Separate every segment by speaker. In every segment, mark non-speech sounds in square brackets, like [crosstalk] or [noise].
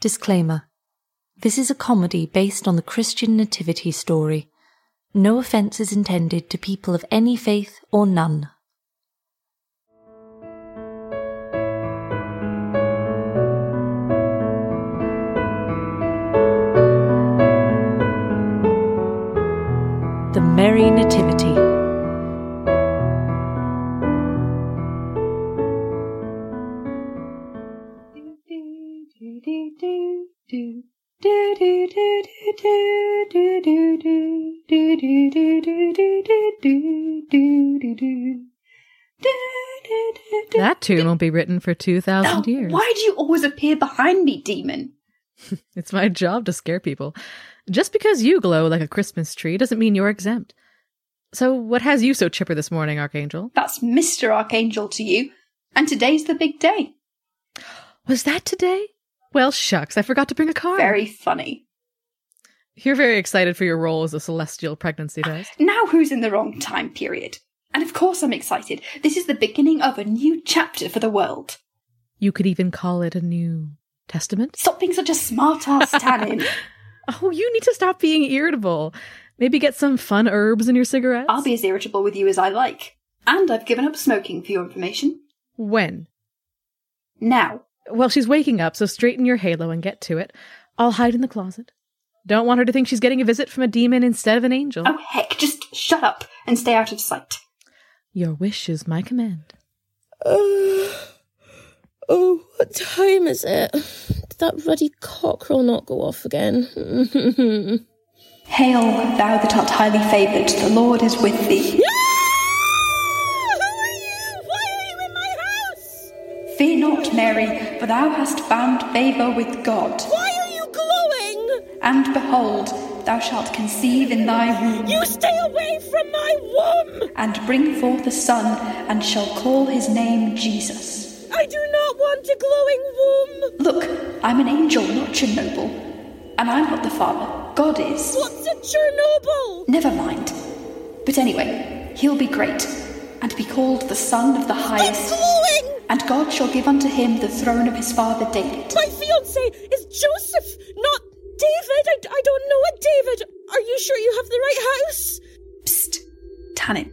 Speaker 1: Disclaimer This is a comedy based on the Christian Nativity story. No offence is intended to people of any faith or none. The Merry Nativity.
Speaker 2: That
Speaker 3: That tune won't be written for 2,000 years.
Speaker 2: Why do you always appear behind me, demon?
Speaker 3: It's my job to scare people. Just because you glow like a Christmas tree doesn't mean you're exempt. So, what has you so chipper this morning, Archangel?
Speaker 2: That's Mr. Archangel to you. And today's the big day.
Speaker 3: Was that today? Well, shucks, I forgot to bring a card.
Speaker 2: Very funny.
Speaker 3: You're very excited for your role as a celestial pregnancy test.
Speaker 2: Now who's in the wrong time period? And of course I'm excited. This is the beginning of a new chapter for the world.
Speaker 3: You could even call it a new testament.
Speaker 2: Stop being such a smart ass, Tannin.
Speaker 3: [laughs] Oh, you need to stop being irritable. Maybe get some fun herbs in your cigarettes.
Speaker 2: I'll be as irritable with you as I like. And I've given up smoking for your information.
Speaker 3: When?
Speaker 2: Now,
Speaker 3: Well, she's waking up, so straighten your halo and get to it. I'll hide in the closet. Don't want her to think she's getting a visit from a demon instead of an angel.
Speaker 2: oh heck, just shut up and stay out of sight.
Speaker 3: Your wish is my command.
Speaker 4: Oh, oh, what time is it? Did that ruddy cockerel not go off Hmm. again?
Speaker 2: [laughs] Hail, thou that art highly favoured, the Lord is with
Speaker 4: [laughs]
Speaker 2: thee. Fear not, Mary, for thou hast found favour with God.
Speaker 4: Why are you glowing?
Speaker 2: And behold, thou shalt conceive in thy womb,
Speaker 4: You stay away from my womb!
Speaker 2: and bring forth a son, and shall call his name Jesus.
Speaker 4: I do not want a glowing womb!
Speaker 2: Look, I'm an angel, not Chernobyl. And I'm not the father, God is.
Speaker 4: What's a Chernobyl?
Speaker 2: Never mind. But anyway, he'll be great, and be called the Son of the Highest.
Speaker 4: glowing!
Speaker 2: And God shall give unto him the throne of his father David.
Speaker 4: My fiance is Joseph, not David. I, I don't know a David. Are you sure you have the right house?
Speaker 2: Psst, Tannin.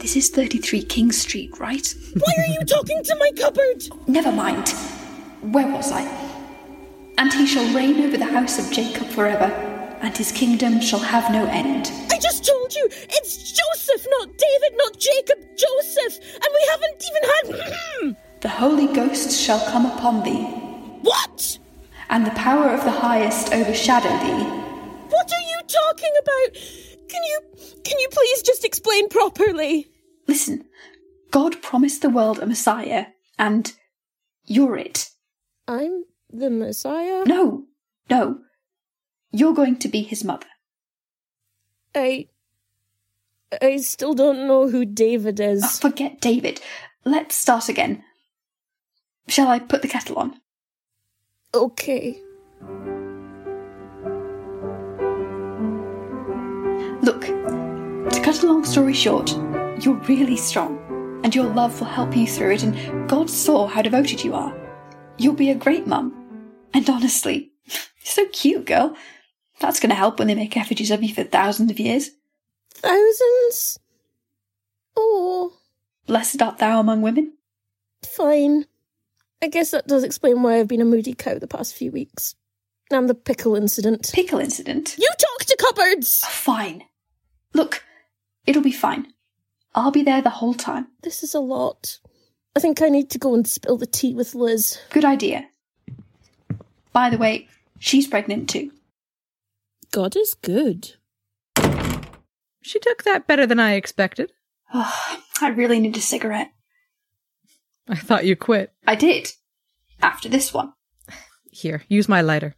Speaker 2: This is 33 King Street, right?
Speaker 4: Why are you talking to my cupboard?
Speaker 2: [laughs] Never mind. Where was I? And he shall reign over the house of Jacob forever, and his kingdom shall have no end.
Speaker 4: I just told you, it's Joseph, not David, not Jacob, Joseph, and we haven't even hmm,
Speaker 2: The Holy Ghost shall come upon thee,
Speaker 4: had. what?
Speaker 2: and the power of the highest overshadow thee.
Speaker 4: What are you talking about? Can you can you please just explain properly?
Speaker 2: Listen, God promised the world a Messiah, and you're it.
Speaker 4: I'm the Messiah.
Speaker 2: No, no. You're going to be his mother.
Speaker 4: I I still don't know who David
Speaker 2: Oh,
Speaker 4: is.
Speaker 2: forget David. Let's start again. Shall I put the kettle on?
Speaker 4: Okay.
Speaker 2: Look, to cut a long story short, you're really strong, and your love will help you through it, and God saw how devoted you are. You'll be a great mum. And honestly, so cute, girl. That's going to help when they make effigies of you for thousands of years.
Speaker 4: Thousands? Oh,
Speaker 2: Blessed art thou among women.
Speaker 4: fine. I guess that does explain why I've been a moody cow the past few weeks. And the pickle incident.
Speaker 2: Pickle incident. Oh,
Speaker 4: You talk to cupboards!
Speaker 2: Fine. Look, it'll be fine. I'll be there the whole time.
Speaker 4: This is a lot. I think I need to go and spill the tea with Liz.
Speaker 2: Good idea. By the way, she's pregnant too.
Speaker 4: God is good.
Speaker 3: She took that better than I expected.
Speaker 2: [sighs] I really need a cigarette.
Speaker 3: I thought you quit.
Speaker 2: I did. After this one.
Speaker 3: Here, use my lighter.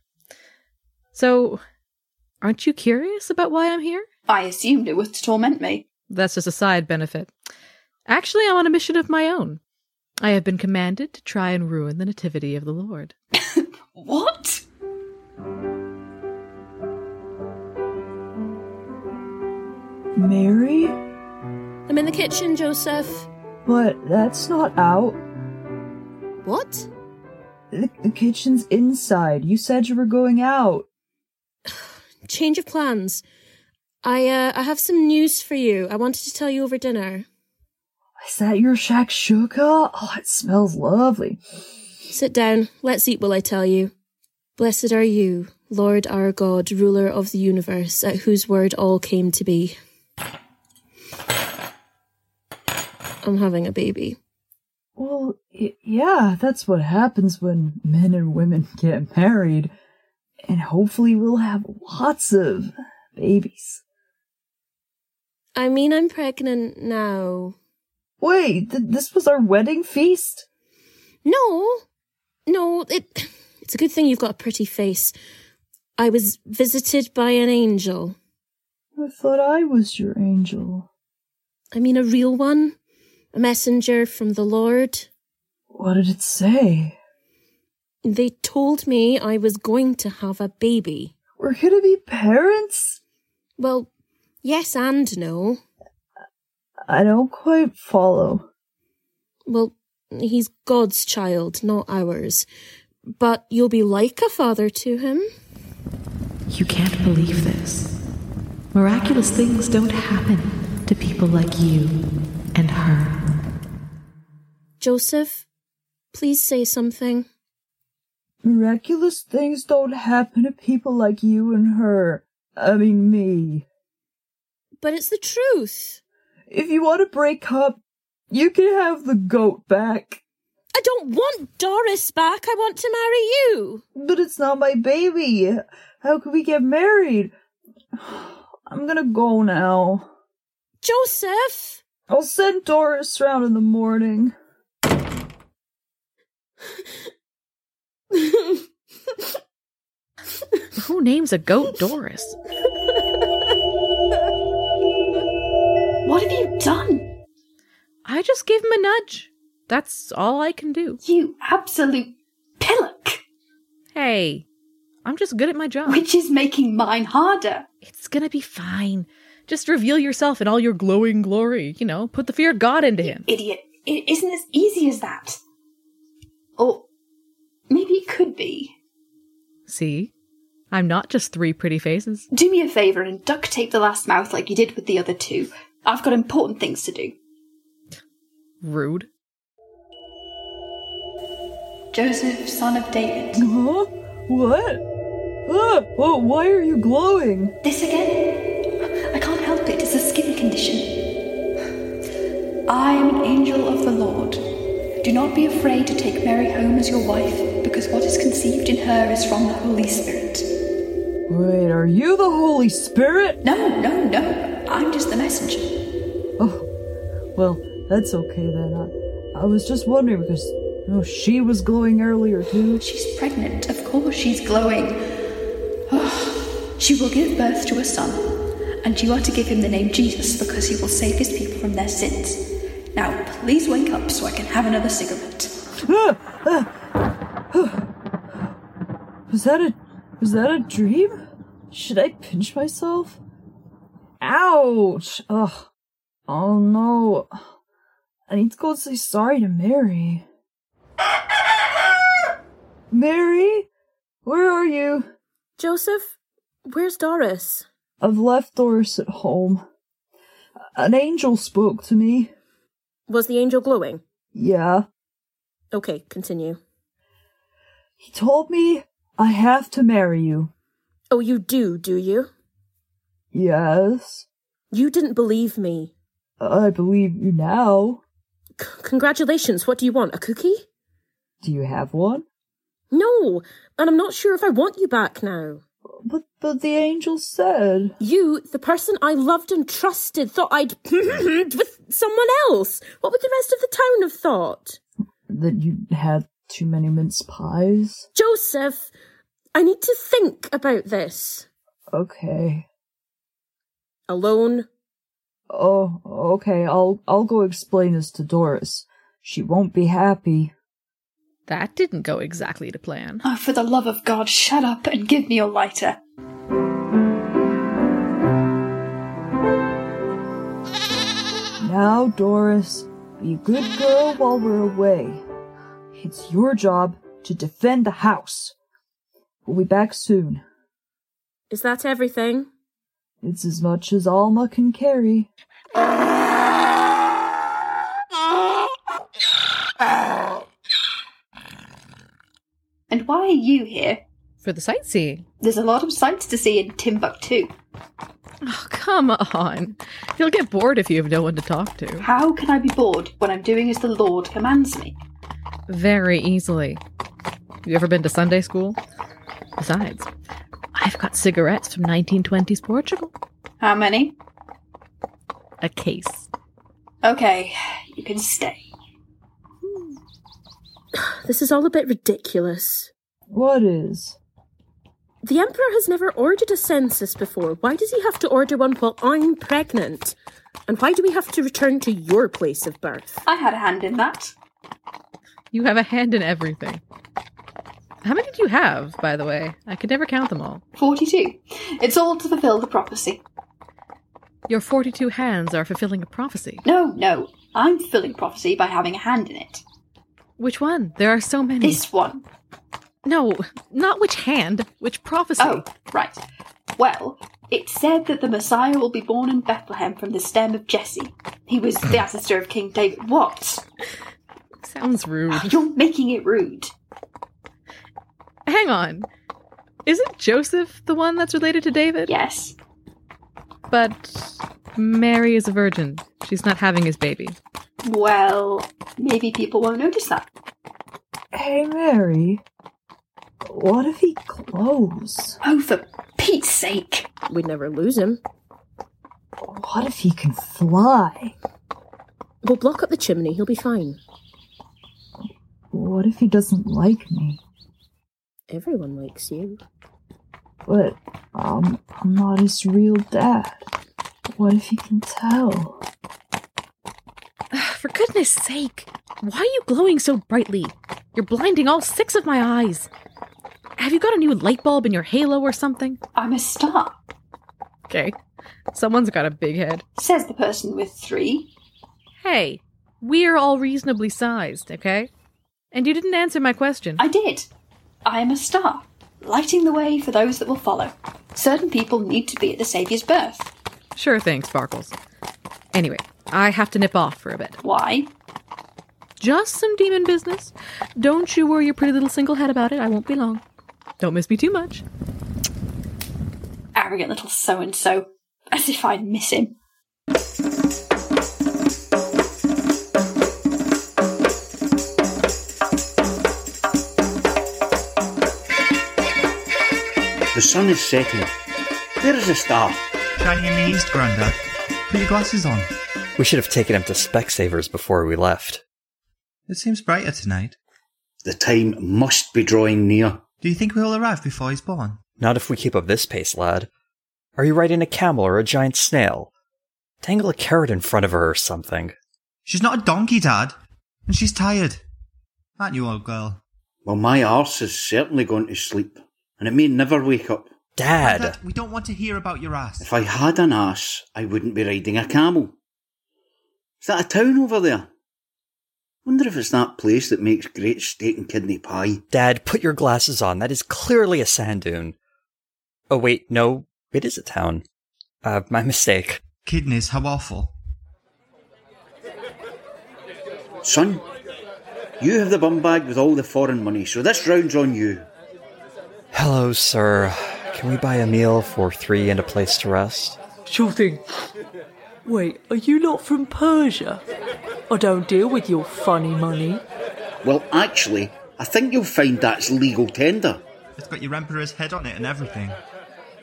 Speaker 3: So, aren't you curious about why I'm here?
Speaker 2: I assumed it was to torment me.
Speaker 3: That's just a side benefit. Actually, I'm on a mission of my own. I have been commanded to try and ruin the nativity of the Lord.
Speaker 2: [laughs] What?
Speaker 5: Mary?
Speaker 4: I'm in the kitchen, Joseph.
Speaker 5: But that's not out.
Speaker 4: What?
Speaker 5: The kitchen's inside. You said you were going out.
Speaker 4: Change of plans. I uh, I have some news for you. I wanted to tell you over dinner.
Speaker 5: Is that your shakshuka? Oh, it smells lovely.
Speaker 4: Sit down. Let's eat while I tell you. Blessed are you, Lord our God, ruler of the universe, at whose word all came to be. I'm having a baby.
Speaker 5: Well, y- yeah, that's what happens when men and women get married. And hopefully we'll have lots of babies.
Speaker 4: I mean, I'm pregnant now.
Speaker 5: Wait, th- this was our wedding feast?
Speaker 4: No, no, it, it's a good thing you've got a pretty face. I was visited by an angel.
Speaker 5: I thought I was your angel.
Speaker 4: I mean, a real one. A messenger from the Lord.
Speaker 5: What did it say?
Speaker 4: They told me I was going to have a baby.
Speaker 5: We're gonna be parents?
Speaker 4: Well, yes and no.
Speaker 5: I don't quite follow.
Speaker 4: Well, he's God's child, not ours. But you'll be like a father to him.
Speaker 1: You can't believe this. Miraculous things don't happen to people like you and her.
Speaker 4: Joseph, please say something.
Speaker 5: Miraculous things don't happen to people like you and her. I mean, me.
Speaker 4: But it's the truth.
Speaker 5: If you want to break up, you can have the goat back.
Speaker 4: I don't want Doris back. I want to marry you.
Speaker 5: But it's not my baby. How can we get married? [sighs] I'm gonna go now.
Speaker 4: Joseph!
Speaker 5: I'll send Doris round in
Speaker 4: [laughs]
Speaker 5: the morning.
Speaker 3: Who names a goat Doris?
Speaker 2: What have you done?
Speaker 3: I just gave him a nudge. That's all I can do.
Speaker 2: You absolute pillock!
Speaker 3: Hey, I'm just good at my job.
Speaker 2: Which is making mine harder.
Speaker 3: It's gonna be fine. Just reveal yourself in all your glowing glory, you know, put the fear of God into him.
Speaker 2: Idiot. It isn't as easy as that. Or maybe it could be.
Speaker 3: See? I'm not just three pretty faces.
Speaker 2: Do me a favour and duct tape the last mouth like you did with the other two. I've got important things to do.
Speaker 3: Rude.
Speaker 2: Joseph, son of David.
Speaker 5: Huh? What? Ah, oh, why are you glowing?
Speaker 2: This again? I can't help it, it's a skin condition. I am an angel of the Lord. Do not be afraid to take Mary home as your wife, because what is conceived in her is from the Holy Spirit.
Speaker 5: Wait, are you the Holy Spirit?
Speaker 2: No, no, no, I'm just the messenger.
Speaker 5: Oh, well, that's okay then. I, I was just wondering because, you know, she was glowing earlier too.
Speaker 2: She's pregnant, of course she's glowing. Ah, she will give birth to a son, and you are to give him the name Jesus because he will save his people from their sins. Now, please wake up so I can have another cigarette.
Speaker 5: [sighs] Ah, ah, oh. was that a was that a dream? Should I pinch myself? Ouch! Ugh. Oh no. I need to go and say sorry to Mary. [laughs] Mary? Where are you?
Speaker 4: Joseph, where's Doris?
Speaker 5: I've left Doris at home. An angel spoke to me.
Speaker 4: Was the angel glowing?
Speaker 5: Yeah.
Speaker 4: Okay, continue.
Speaker 5: He told me I have to marry you.
Speaker 4: Oh, you do, do you?
Speaker 5: Yes.
Speaker 4: You didn't believe me.
Speaker 5: I believe you now.
Speaker 4: C- congratulations, what do you want? A cookie?
Speaker 5: Do you have one?
Speaker 4: No, and I'm not sure if I want you back now.
Speaker 5: But but the angel said.
Speaker 4: You, the person I loved and trusted, thought I'd [laughs] with someone else. What would the rest of the town have thought?
Speaker 5: That you had too many mince pies?
Speaker 4: Joseph, I need to think about this.
Speaker 5: Okay.
Speaker 4: Alone?
Speaker 5: Oh, okay, I'll I'll go explain this to Doris. She won't be happy.
Speaker 3: That didn't go exactly to plan.
Speaker 2: Oh, for the love of God, shut up and give me your lighter.
Speaker 5: Now, Doris, be a good girl while we're away. It's your job to defend the house. We'll be back soon.
Speaker 4: Is that everything?
Speaker 5: It's as much as Alma can carry.
Speaker 2: And why are you here?
Speaker 3: For the sightseeing.
Speaker 2: There's a lot of sights to see in Timbuktu.
Speaker 3: Oh, come on. You'll get bored if you have no one to talk to.
Speaker 2: How can I be bored when I'm doing as the Lord commands me?
Speaker 3: Very easily. You ever been to Sunday school? Besides, I've got cigarettes from 1920s Portugal.
Speaker 2: How many?
Speaker 3: A case.
Speaker 2: Okay, you can stay.
Speaker 4: This is all a bit ridiculous.
Speaker 5: What is?
Speaker 4: The Emperor has never ordered a census before. Why does he have to order one while I'm pregnant? And why do we have to return to your place of birth?
Speaker 2: I had a hand in that.
Speaker 3: You have a hand in everything. How many do you have, by the way? I could never count them all.
Speaker 2: 42. It's all to fulfill the prophecy.
Speaker 3: Your 42 hands are fulfilling a prophecy.
Speaker 2: No, no, I'm fulfilling prophecy by having a hand in it.
Speaker 3: Which one? There are so many.
Speaker 2: This one.
Speaker 3: No, not which hand, which prophecy.
Speaker 2: Oh, right. Well, it said that the Messiah will be born in Bethlehem from the stem of Jesse. He was the ancestor of King David. What?
Speaker 3: Sounds rude.
Speaker 2: [laughs] You're making it rude.
Speaker 3: Hang on. Isn't Joseph the one that's related to David?
Speaker 2: Yes.
Speaker 3: But Mary is a virgin. She's not having his baby.
Speaker 2: Well, maybe people won't notice that.
Speaker 5: Hey, Mary. What if he glows?
Speaker 2: Oh, for Pete's sake.
Speaker 4: We'd never lose him.
Speaker 5: What if he can fly?
Speaker 4: We'll block up the chimney, he'll be fine.
Speaker 5: What if he doesn't like me?
Speaker 4: Everyone likes you.
Speaker 5: But um, I'm not his real dad. What if he can tell?
Speaker 3: For goodness sake, why are you glowing so brightly? You're blinding all six of my eyes. Have you got a new light bulb in your halo or something?
Speaker 2: I'm a star,
Speaker 3: Okay. Someone's got a big head.
Speaker 2: says the person with three.
Speaker 3: Hey, we're all reasonably sized, okay? And you didn't answer my question.
Speaker 2: I did. I am a star, lighting the way for those that will follow. Certain people need to be at the Saviour's birth.
Speaker 3: Sure thing, Sparkles. Anyway, I have to nip off for a bit.
Speaker 2: Why?
Speaker 3: Just some demon business. Don't you worry your pretty little single head about it. I won't be long. Don't miss me too much.
Speaker 2: Arrogant little so and so. As if I'd miss him.
Speaker 6: The sun is setting. There is a star.
Speaker 7: Shining in the east, Grandad. Put your glasses on.
Speaker 8: We should have taken him to Specsavers before we left.
Speaker 7: It seems brighter tonight.
Speaker 6: The time must be drawing near.
Speaker 7: Do you think we'll arrive before he's born?
Speaker 8: Not if we keep up this pace, lad. Are you riding a camel or a giant snail? Tangle a carrot in front of her or something.
Speaker 7: She's not a donkey, Dad. And she's tired. Aren't you, old girl?
Speaker 6: Well, my arse is certainly going to sleep, and it may never wake up.
Speaker 8: Dad!
Speaker 7: we don't want to hear about your ass.
Speaker 6: If I had an ass, I wouldn't be riding a camel. Is that a town over there? Wonder if it's that place that makes great steak and kidney pie.
Speaker 8: Dad, put your glasses on. That is clearly a sand dune. Oh, wait, no, it is a town. Uh, my mistake.
Speaker 7: Kidneys, how awful.
Speaker 6: Son, you have the bum bag with all the foreign money, so this round's on you.
Speaker 8: Hello, sir. Can we buy a meal for three and a place to rest?
Speaker 9: Sure thing. Wait, are you not from Persia? I don't deal with your funny money.
Speaker 6: Well, actually, I think you'll find that's legal tender.
Speaker 7: It's got your emperor's head on it and everything.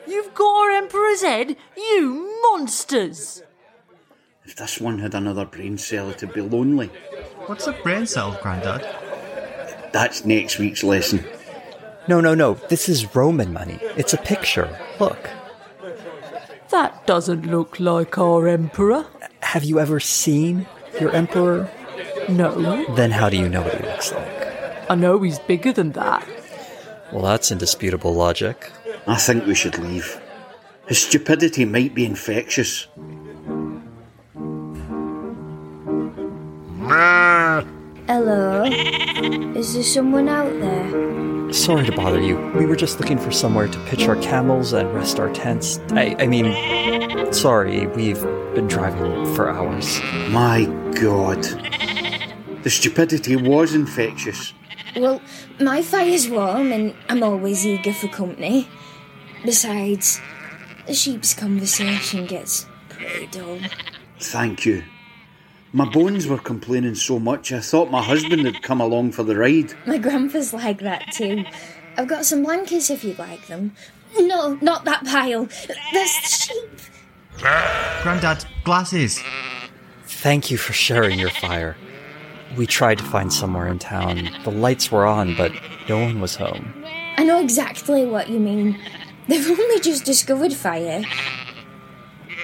Speaker 1: You've got our Emperor's head, you monsters!
Speaker 6: If this one had another brain cell, it'd be lonely.
Speaker 7: What's a brain cell, Grandad?
Speaker 6: That's next week's lesson.
Speaker 8: No, no, no. This is Roman money. It's a picture. Look.
Speaker 9: That doesn't look like our Emperor.
Speaker 8: Have you ever seen your emperor?
Speaker 9: No,
Speaker 8: Then how do you know what he looks like?
Speaker 9: I know he's bigger than that.
Speaker 8: Well, that's indisputable logic.
Speaker 6: I think we should leave. His stupidity might be infectious.
Speaker 10: Hello. Is Is there someone out there?
Speaker 8: Sorry to bother you. We were just looking for somewhere to pitch our camels and rest our tents. I, I mean, sorry, we've been driving for hours.
Speaker 6: My god. The stupidity was infectious.
Speaker 10: Well, my fire's warm and I'm always eager for company. Besides, the sheep's conversation gets pretty dull.
Speaker 6: Thank you. My bones were complaining so much, I thought my husband had come along for the ride.
Speaker 10: My grandpa's like that too. I've got some blankets if you'd like them. No, not that pile. That's the sheep.
Speaker 7: Grandad, glasses.
Speaker 8: Thank you for sharing your fire. We tried to find somewhere in town. The lights were on, but no one was home.
Speaker 10: I know exactly what you mean. They've only just discovered fire.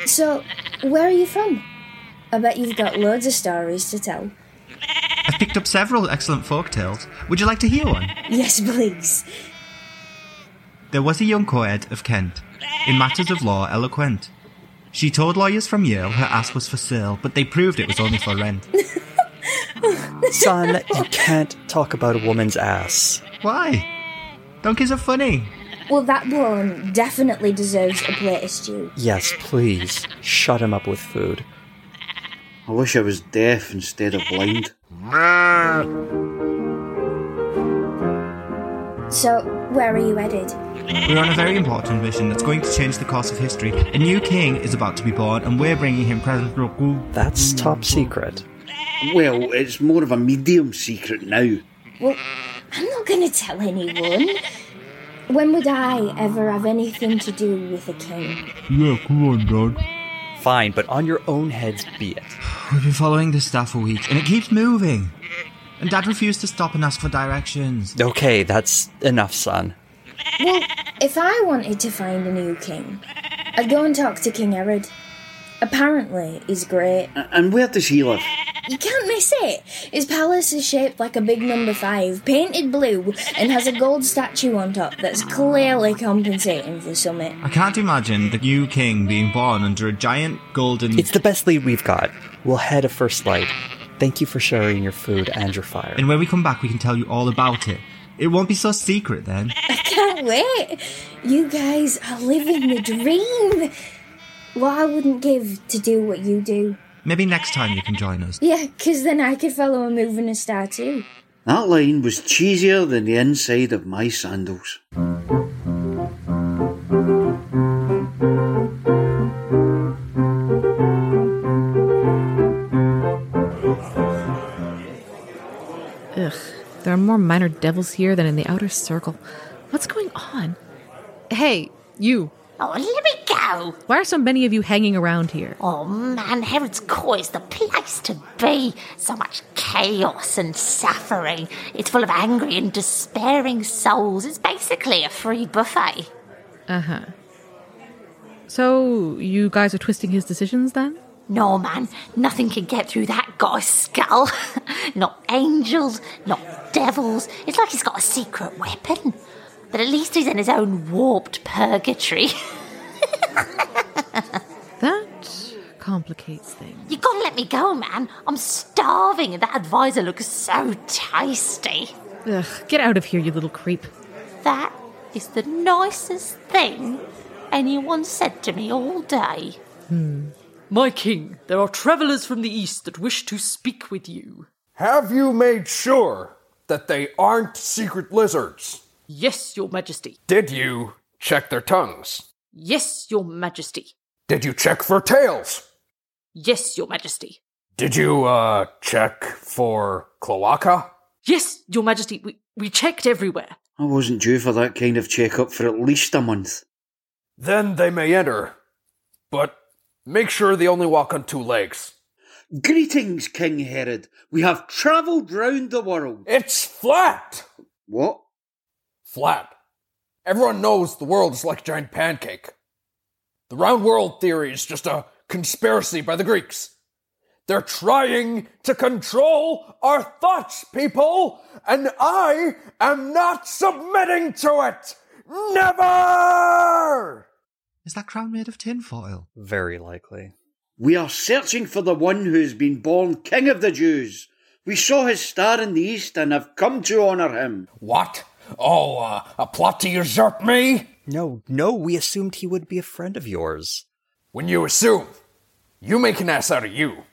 Speaker 10: So, where are you from? I bet you've got loads of stories to tell.
Speaker 7: I've picked up several excellent folk tales. Would you like to hear one?
Speaker 10: Yes, please.
Speaker 7: There was a young coed of Kent, in matters of law eloquent. She told lawyers from Yale her ass was for sale, but they proved it was only for rent.
Speaker 8: Son, you can't talk about a woman's ass.
Speaker 7: Why? Donkeys are funny.
Speaker 10: Well, that one definitely deserves a plate of stew.
Speaker 8: Yes, please. Shut him up with food.
Speaker 6: I wish I was deaf instead of blind.
Speaker 10: So, where are you headed?
Speaker 7: We're on a very important mission that's going to change the course of history. A new king is about to be born, and we're bringing him presents.
Speaker 8: That's top secret.
Speaker 6: Well, it's more of a medium secret now.
Speaker 10: Well, I'm not going to tell anyone. When would I ever have anything to do with a king?
Speaker 7: Yeah, come on, Dad.
Speaker 8: Fine, but on your own heads be it.
Speaker 7: We've been following this stuff for weeks, and it keeps moving. And Dad refused to stop and ask for directions.
Speaker 8: Okay, that's enough, son.
Speaker 10: Well, if I wanted to find a new king, I'd go and talk to King Herod. Apparently, he's great.
Speaker 6: A- And where does he live?
Speaker 10: You can't miss it. His palace is shaped like a big number five, painted blue, and has a gold statue on top that's clearly compensating for something. [laughs]
Speaker 7: I can't imagine the new king being born under a giant golden.
Speaker 8: It's the best lead we've got. We'll head a first light. Thank you for sharing your food and your fire.
Speaker 7: and when we come back, we can tell you all about it. It won't be so secret then.
Speaker 10: I can't wait. You guys are living the dream. What I wouldn't give to do what you do.
Speaker 7: Maybe next time you can join us.
Speaker 10: Yeah, 'cause then I could follow a moving star too.
Speaker 6: That line was cheesier than the inside of my sandals.
Speaker 3: Ugh, there are more minor devils here than in the outer circle. What's going on? Hey, you.
Speaker 11: Oh, let me go.
Speaker 3: Why are so many of you hanging around here?
Speaker 11: Oh man, Herod's Court is the place to be. So much chaos and suffering. It's full of angry and despairing souls. It's basically a free buffet.
Speaker 3: Uh huh. So, you guys are twisting his decisions then?
Speaker 11: No, man, nothing can get through that guy's skull. [laughs] not angels, not devils. It's like he's got a secret weapon. But at least he's in his own warped purgatory.
Speaker 3: [laughs]
Speaker 11: [laughs]
Speaker 3: That complicates things.
Speaker 11: you gotta let me go, man. I'm starving, and that advisor looks so tasty.
Speaker 3: Ugh, get out of here, you little creep.
Speaker 11: That is the nicest thing anyone said to me all day.
Speaker 3: Hmm.
Speaker 9: My king, there are travellers from the east that wish to speak with you.
Speaker 12: Have you made sure that they aren't secret lizards?
Speaker 9: Yes, your majesty.
Speaker 12: Did you check their tongues?
Speaker 9: Yes, your majesty.
Speaker 12: Did you check for tails?
Speaker 9: Yes, your majesty.
Speaker 12: Did you, uh, check for cloaca?
Speaker 9: Yes, your majesty. We, we checked everywhere.
Speaker 6: I wasn't due for that kind of checkup for at least a month.
Speaker 12: Then they may enter. But make sure they only walk on two legs.
Speaker 6: Greetings, King Herod. We have travelled round the world.
Speaker 12: It's flat!
Speaker 6: What?
Speaker 12: Flat. Everyone knows the world is like a giant pancake. The round world theory is just a conspiracy by the Greeks. They're trying to control our thoughts, people, and I am not submitting to it! Never!
Speaker 7: Is that crown made of tinfoil?
Speaker 8: Very likely.
Speaker 6: We are searching for the one who has been born King of the Jews. We saw his star in the east and have come to honour him.
Speaker 12: What? Oh, uh, a plot to usurp me?
Speaker 8: No, no, we assumed he would be a friend of yours.
Speaker 12: When you assume, you make an ass out of you.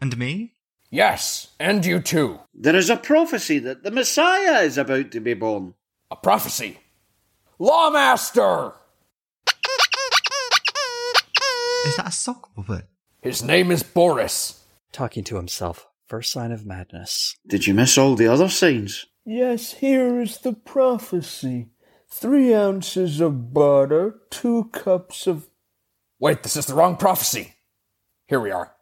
Speaker 7: And me?
Speaker 12: Yes, and you too.
Speaker 6: There is a prophecy that the Messiah is about to be born.
Speaker 12: A prophecy? Lawmaster!
Speaker 7: Is that a sock puppet?
Speaker 12: His name is Boris.
Speaker 8: Talking to himself. First sign of madness.
Speaker 6: Did you miss all the other signs?
Speaker 13: Yes, here is the prophecy three ounces of butter, two cups of.
Speaker 12: Wait, this is the wrong prophecy. Here we are.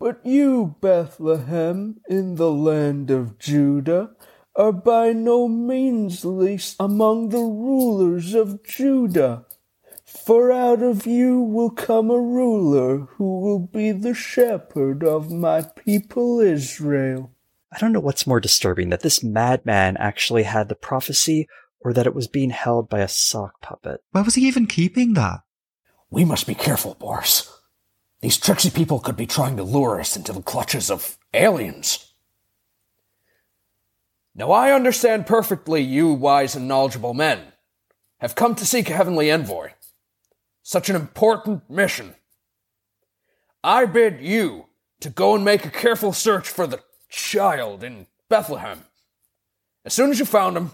Speaker 13: But you, Bethlehem, in the land of Judah, are by no means least among the rulers of Judah. For out of you will come a ruler who will be the shepherd of my people Israel.
Speaker 8: I don't know what's more disturbing that this madman actually had the prophecy or that it was being held by a sock puppet.
Speaker 7: Where was he even keeping that?
Speaker 12: We must be careful, Boris. These tricksy people could be trying to lure us into the clutches of aliens. Now, I understand perfectly you wise and knowledgeable men have come to seek a heavenly envoy. Such an important mission. I bid you to go and make a careful search for the child in Bethlehem. As soon as you found him,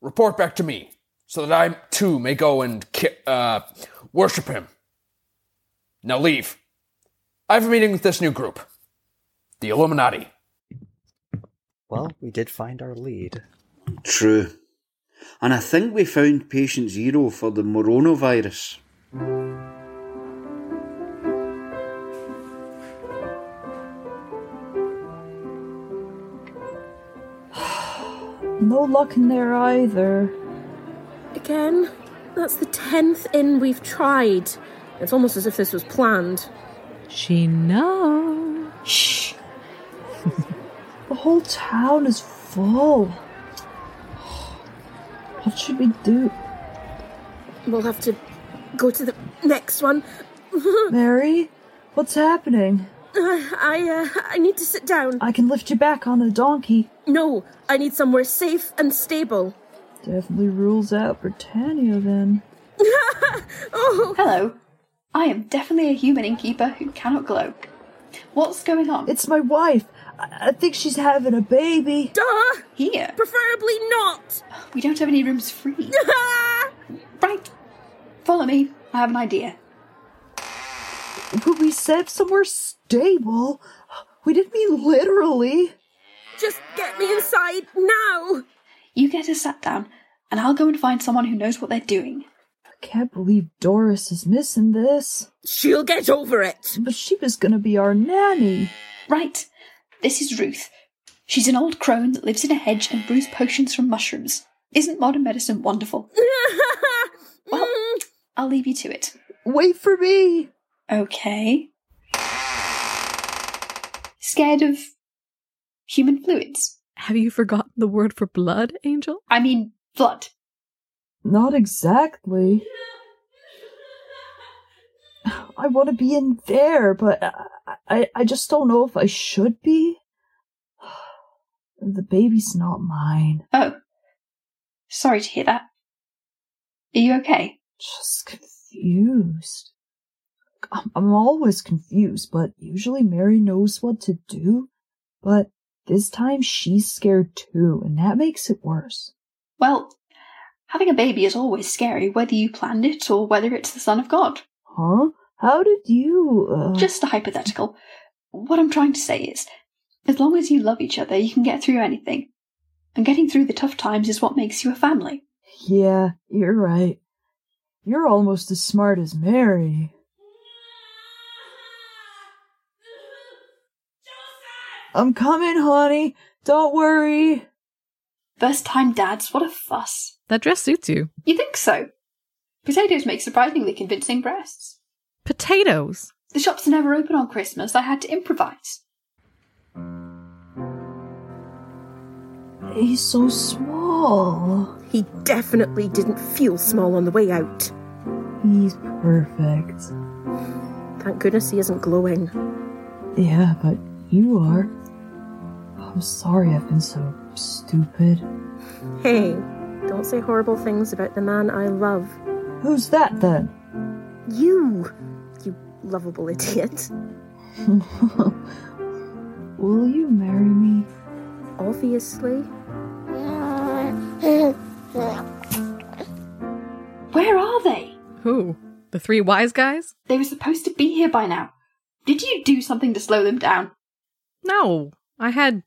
Speaker 12: report back to me so that I too may go and ki- uh, worship him. Now leave. I have a meeting with this new group, the Illuminati.
Speaker 8: Well, we did find our lead.
Speaker 6: True. And I think we found patient zero for the Moronovirus.
Speaker 5: No luck in there either.
Speaker 4: Again, that's the tenth inn we've tried. It's almost as if this was planned.
Speaker 3: She knows.
Speaker 5: Shh. [laughs] the whole town is full. What should we do?
Speaker 4: We'll have to go to the next one. [laughs]
Speaker 5: Mary, what's happening?
Speaker 4: Uh, I uh, I need to sit down.
Speaker 5: I can lift you back on the donkey.
Speaker 4: No, I need somewhere safe and stable.
Speaker 5: Definitely rules out Britannia then.
Speaker 4: [laughs] oh,
Speaker 2: Hello. I am definitely a human innkeeper who cannot glow. What's going on?
Speaker 5: It's my wife. I, I think she's having a baby.
Speaker 4: duh!
Speaker 2: here.
Speaker 4: Preferably not.
Speaker 2: We don't have any
Speaker 4: [laughs]
Speaker 2: rooms free. right. Follow me. I have an idea.
Speaker 5: But we said somewhere stable. We didn't mean literally.
Speaker 4: Just get me inside now.
Speaker 2: You get us sat down, and I'll go and find someone who knows what they're doing.
Speaker 5: I can't believe Doris is missing this.
Speaker 4: She'll get over it.
Speaker 5: But she was gonna be our nanny.
Speaker 2: Right. This is Ruth. She's an old crone that lives in a hedge and brews potions from mushrooms. Isn't modern medicine
Speaker 5: [laughs]
Speaker 2: wonderful? Well, I'll leave you to it.
Speaker 5: Wait for me.
Speaker 2: Okay. Scared of human fluids?
Speaker 3: Have you forgotten the word for blood, Angel?
Speaker 2: I mean, blood.
Speaker 5: Not exactly. I want to be in there, but I, I, I just don't know if I should be. [sighs] The baby's not mine.
Speaker 2: Oh. Sorry to hear that. Are you okay?
Speaker 5: Just confused. I'm, I'm always confused, but usually Mary knows what to do. But this time she's scared too, and that makes it worse.
Speaker 2: Well, having a baby is always scary, whether you planned it or whether it's the Son of God.
Speaker 5: Huh? How did you? Uh...
Speaker 2: Just a hypothetical. What I'm trying to say is, as long as you love each other, you can get through anything. And getting through the tough times is what makes you a family.
Speaker 5: Yeah, you're right. You're almost as smart as Mary. I'm coming, honey. Don't worry.
Speaker 2: First time dads, what a fuss.
Speaker 3: That dress suits you.
Speaker 2: You think so? Potatoes make surprisingly convincing breasts.
Speaker 3: Potatoes.
Speaker 2: The shops are never open on Christmas. I had to improvise.
Speaker 5: He's so small.
Speaker 4: He definitely didn't feel small on the way out.
Speaker 5: He's perfect.
Speaker 4: Thank goodness he isn't glowing.
Speaker 5: Yeah, but you are. I'm sorry I've been so stupid. [laughs]
Speaker 4: Hey, don't say horrible things about the man I love.
Speaker 5: Who's that then?
Speaker 4: You! You lovable idiot.
Speaker 5: Will you marry me?
Speaker 4: Obviously.
Speaker 2: Where are they?
Speaker 3: Who? The three wise guys?
Speaker 2: They were supposed to be here by now. Did you do something to slow them down?
Speaker 3: No, I had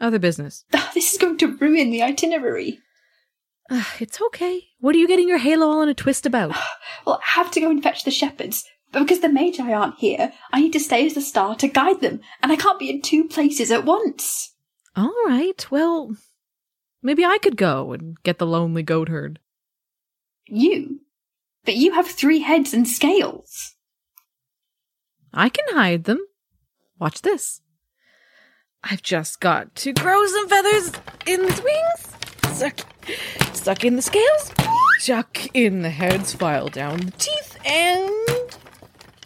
Speaker 3: other business.
Speaker 2: [laughs] This is going to ruin the itinerary.
Speaker 3: Ugh, [sighs] it's okay. What are you getting your halo all in a twist about?
Speaker 2: [sighs] Well, I have to go and fetch the shepherds, but because the Magi aren't here, I need to stay as the star to guide them, and I can't be in two places at once.
Speaker 3: All right, well, maybe I could go and get the lonely goat herd.
Speaker 2: You? But you have three heads and scales.
Speaker 3: I can hide them. Watch this. I've just got to grow some feathers in the wings. Suck, suck in the scales. Chuck in the heads, file down the teeth, and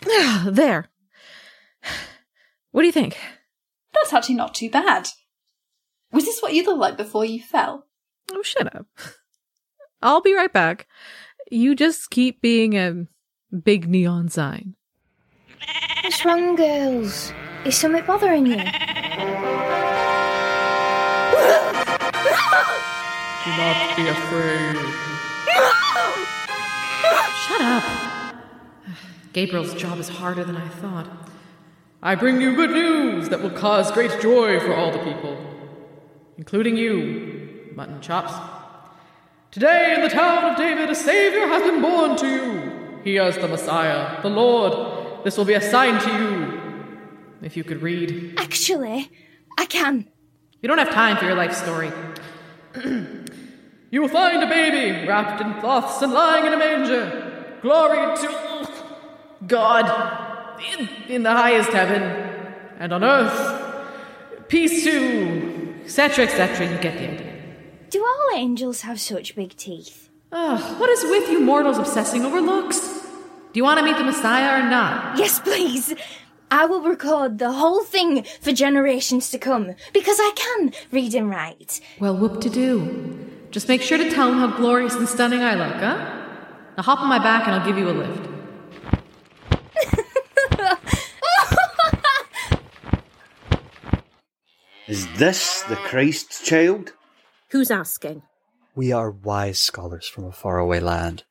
Speaker 3: Ah, [sighs] there. What do you think?
Speaker 2: That's actually not too bad. Was this what you looked like before you fell?
Speaker 3: Oh, shut up. I'll be right back. You just keep being a big neon sign.
Speaker 10: What's wrong, girls? Is something bothering you?
Speaker 3: Do not be afraid. Shut up. Gabriel's job is harder than I thought.
Speaker 14: I bring you good news that will cause great joy for all the people, including you, Mutton Chops. Today, in the town of David, a Savior has been born to you. He is the Messiah, the Lord. This will be a sign to you. If you could read.
Speaker 10: Actually, I can.
Speaker 14: You don't have time for your life story. [clears throat] you will find a baby wrapped in cloths and lying in a manger. Glory to God in, in the highest heaven and on earth. Peace to, etc., etc. You get the idea.
Speaker 10: Do all angels have such big teeth?
Speaker 14: Ugh, what is with you mortals obsessing over looks?
Speaker 3: Do you want to meet the Messiah or not?
Speaker 10: Yes, please. I will record the whole thing for generations to come because I can read and write.
Speaker 3: Well, whoop to do. Just make sure to tell him how glorious and stunning I look, huh? Now hop on my back and I'll give you a lift.
Speaker 6: Is this the Christ child?
Speaker 4: Who's asking?
Speaker 8: We are wise scholars from a faraway land.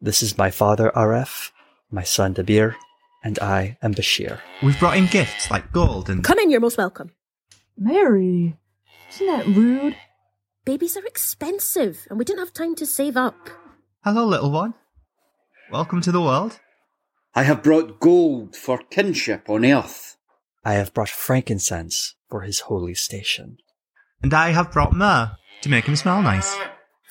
Speaker 8: This is my father, Aref, my son, Dabir, and I am Bashir.
Speaker 7: We've brought in gifts like gold and.
Speaker 4: Come in, you're most welcome.
Speaker 5: Mary, isn't that rude?
Speaker 4: Babies are expensive, and we didn't have time to save up.
Speaker 7: Hello, little one. Welcome to the world.
Speaker 6: I have brought gold for kinship on earth.
Speaker 8: I have brought frankincense for his holy station.
Speaker 7: And I have brought myrrh to make him smell nice.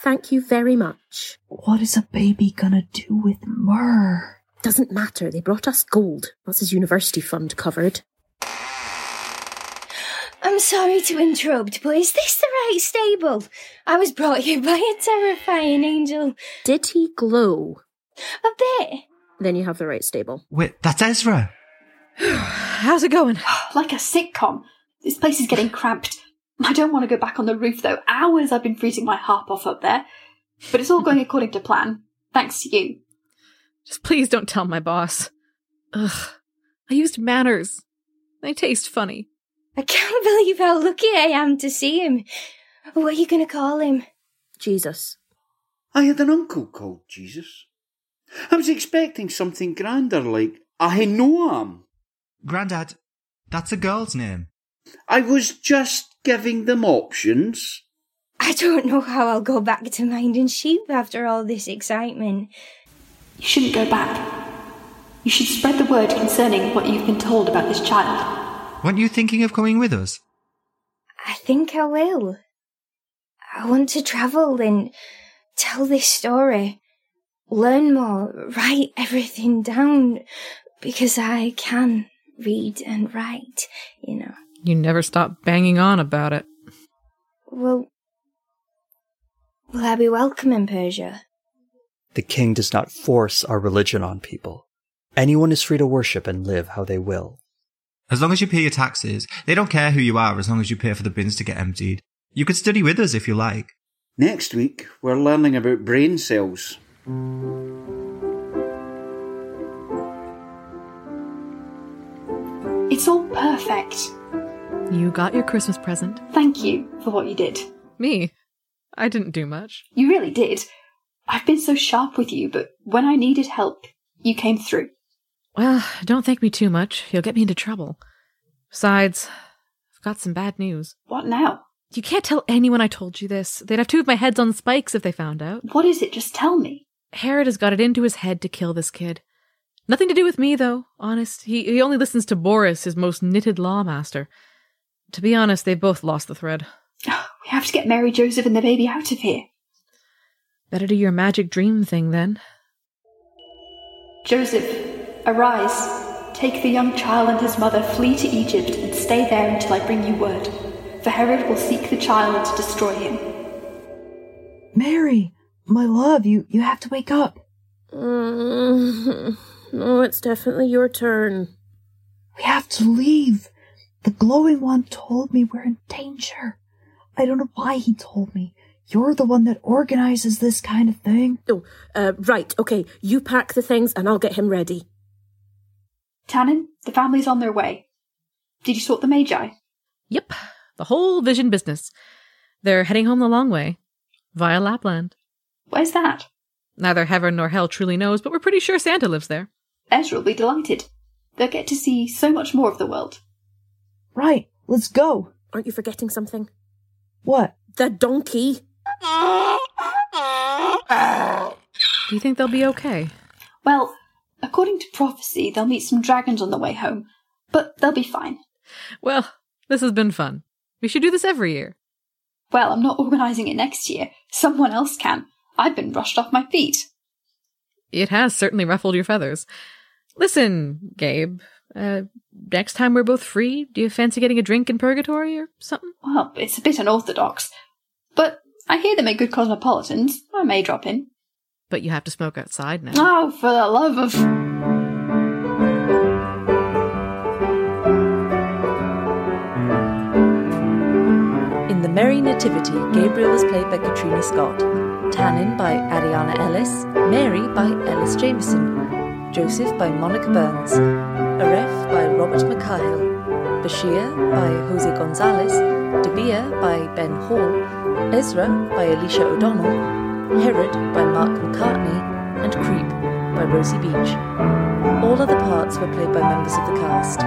Speaker 4: Thank you very much.
Speaker 5: What is a baby gonna do with myrrh?
Speaker 4: Doesn't matter, they brought us gold. That's his university fund covered.
Speaker 10: I'm sorry to interrupt, but is this the right stable? I was brought here by a terrifying angel.
Speaker 4: Did he glow?
Speaker 10: A bit.
Speaker 4: Then you have the right stable.
Speaker 7: Wait, that's Ezra.
Speaker 3: How's it going?
Speaker 2: [sighs] Like a sitcom. This place is getting cramped. I don't want to go back on the roof though. Hours I've been freezing my harp off up there. But it's all going according to plan. Thanks to you.
Speaker 3: Just please don't tell my boss. Ugh. I used manners. They taste funny.
Speaker 10: I can't [laughs] believe how lucky I am to see him. What are you going to call him?
Speaker 4: Jesus.
Speaker 6: I had an uncle called Jesus. I was expecting something grander like I Noam.
Speaker 7: Grandad, that's a girl's name.
Speaker 6: I was just giving them options.
Speaker 10: I don't know how I'll go back to minding sheep after all this excitement.
Speaker 2: You shouldn't go back. You should spread the word concerning what you've been told about this child.
Speaker 7: Weren't you thinking of coming with us?
Speaker 10: I think I will. I want to travel and tell this story. Learn more, write everything down, because I can read and write, you know.
Speaker 3: You never stop banging on about it.
Speaker 10: Well, will I be welcome in Persia?
Speaker 8: The king does not force our religion on people. Anyone is free to worship and live how they will.
Speaker 7: As long as you pay your taxes, they don't care who you are as long as you pay for the bins to get emptied. You could study with us if you like.
Speaker 6: Next week, we're learning about brain cells.
Speaker 2: It's all perfect.
Speaker 3: You got your Christmas present.
Speaker 2: Thank you for what you did.
Speaker 3: Me? I didn't do much.
Speaker 2: You really did. I've been so sharp with you, but when I needed help, you came through.
Speaker 3: Well, don't thank me too much. You'll get me into trouble. Besides, I've got some bad news.
Speaker 2: What now?
Speaker 3: You can't tell anyone I told you this. They'd have two of my heads on spikes if they found out.
Speaker 2: What is it? Just tell me.
Speaker 3: Herod has got it into his head to kill this kid. Nothing to do with me, though. Honest, he, he only listens to Boris, his most knitted lawmaster. To be honest, they've both lost the thread.
Speaker 2: We have to get Mary Joseph and the baby out of here.
Speaker 3: Better do your magic dream thing then.
Speaker 2: Joseph, arise. Take the young child and his mother, flee to Egypt, and stay there until I bring you word. For Herod will seek the child to destroy him.
Speaker 5: Mary, my love, you, you have to wake up.
Speaker 4: Mm, no, it's definitely your turn.
Speaker 5: We have to leave. The glowing one told me we're in danger. I don't know why he told me. You're the one that organizes this kind of thing.
Speaker 4: Oh, uh, right, okay. You pack the things and I'll get him ready.
Speaker 2: Tannin, the family's on their way. Did you sort the Magi?
Speaker 3: Yep, the whole vision business. They're heading home the long way via Lapland.
Speaker 2: Where's that?
Speaker 3: Neither heaven nor hell truly knows, but we're pretty sure Santa lives there.
Speaker 2: Ezra will be delighted. They'll get to see so much more of the world.
Speaker 5: Right, let's go.
Speaker 4: Aren't you forgetting something?
Speaker 5: What?
Speaker 4: The donkey.
Speaker 3: Do you think they'll be okay?
Speaker 2: Well, according to prophecy, they'll meet some dragons on the way home, but they'll be fine.
Speaker 3: Well, this has been fun. We should do this every year.
Speaker 2: Well, I'm not organising it next year. Someone else can. I've been rushed off my feet.
Speaker 3: It has certainly ruffled your feathers. Listen, Gabe, uh, next time we're both free, do you fancy getting a drink in purgatory or something?
Speaker 2: Well, it's a bit unorthodox, but I hear they make good cosmopolitans. I may drop in.
Speaker 3: But you have to smoke outside now.
Speaker 2: Oh, for the love of.
Speaker 1: In The Merry Nativity, Gabriel is played by Katrina Scott, Tannin by Ariana Ellis, Mary by Ellis Jameson, Joseph by Monica Burns, Aref by Robert McCahill, Bashir by Jose Gonzalez, Debia by Ben Hall, Ezra by Alicia O'Donnell, Herod by Mark McCartney, and Creep by Rosie Beach. All other parts were played by members of the cast.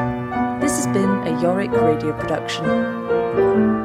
Speaker 1: This has been a Yorick Radio production.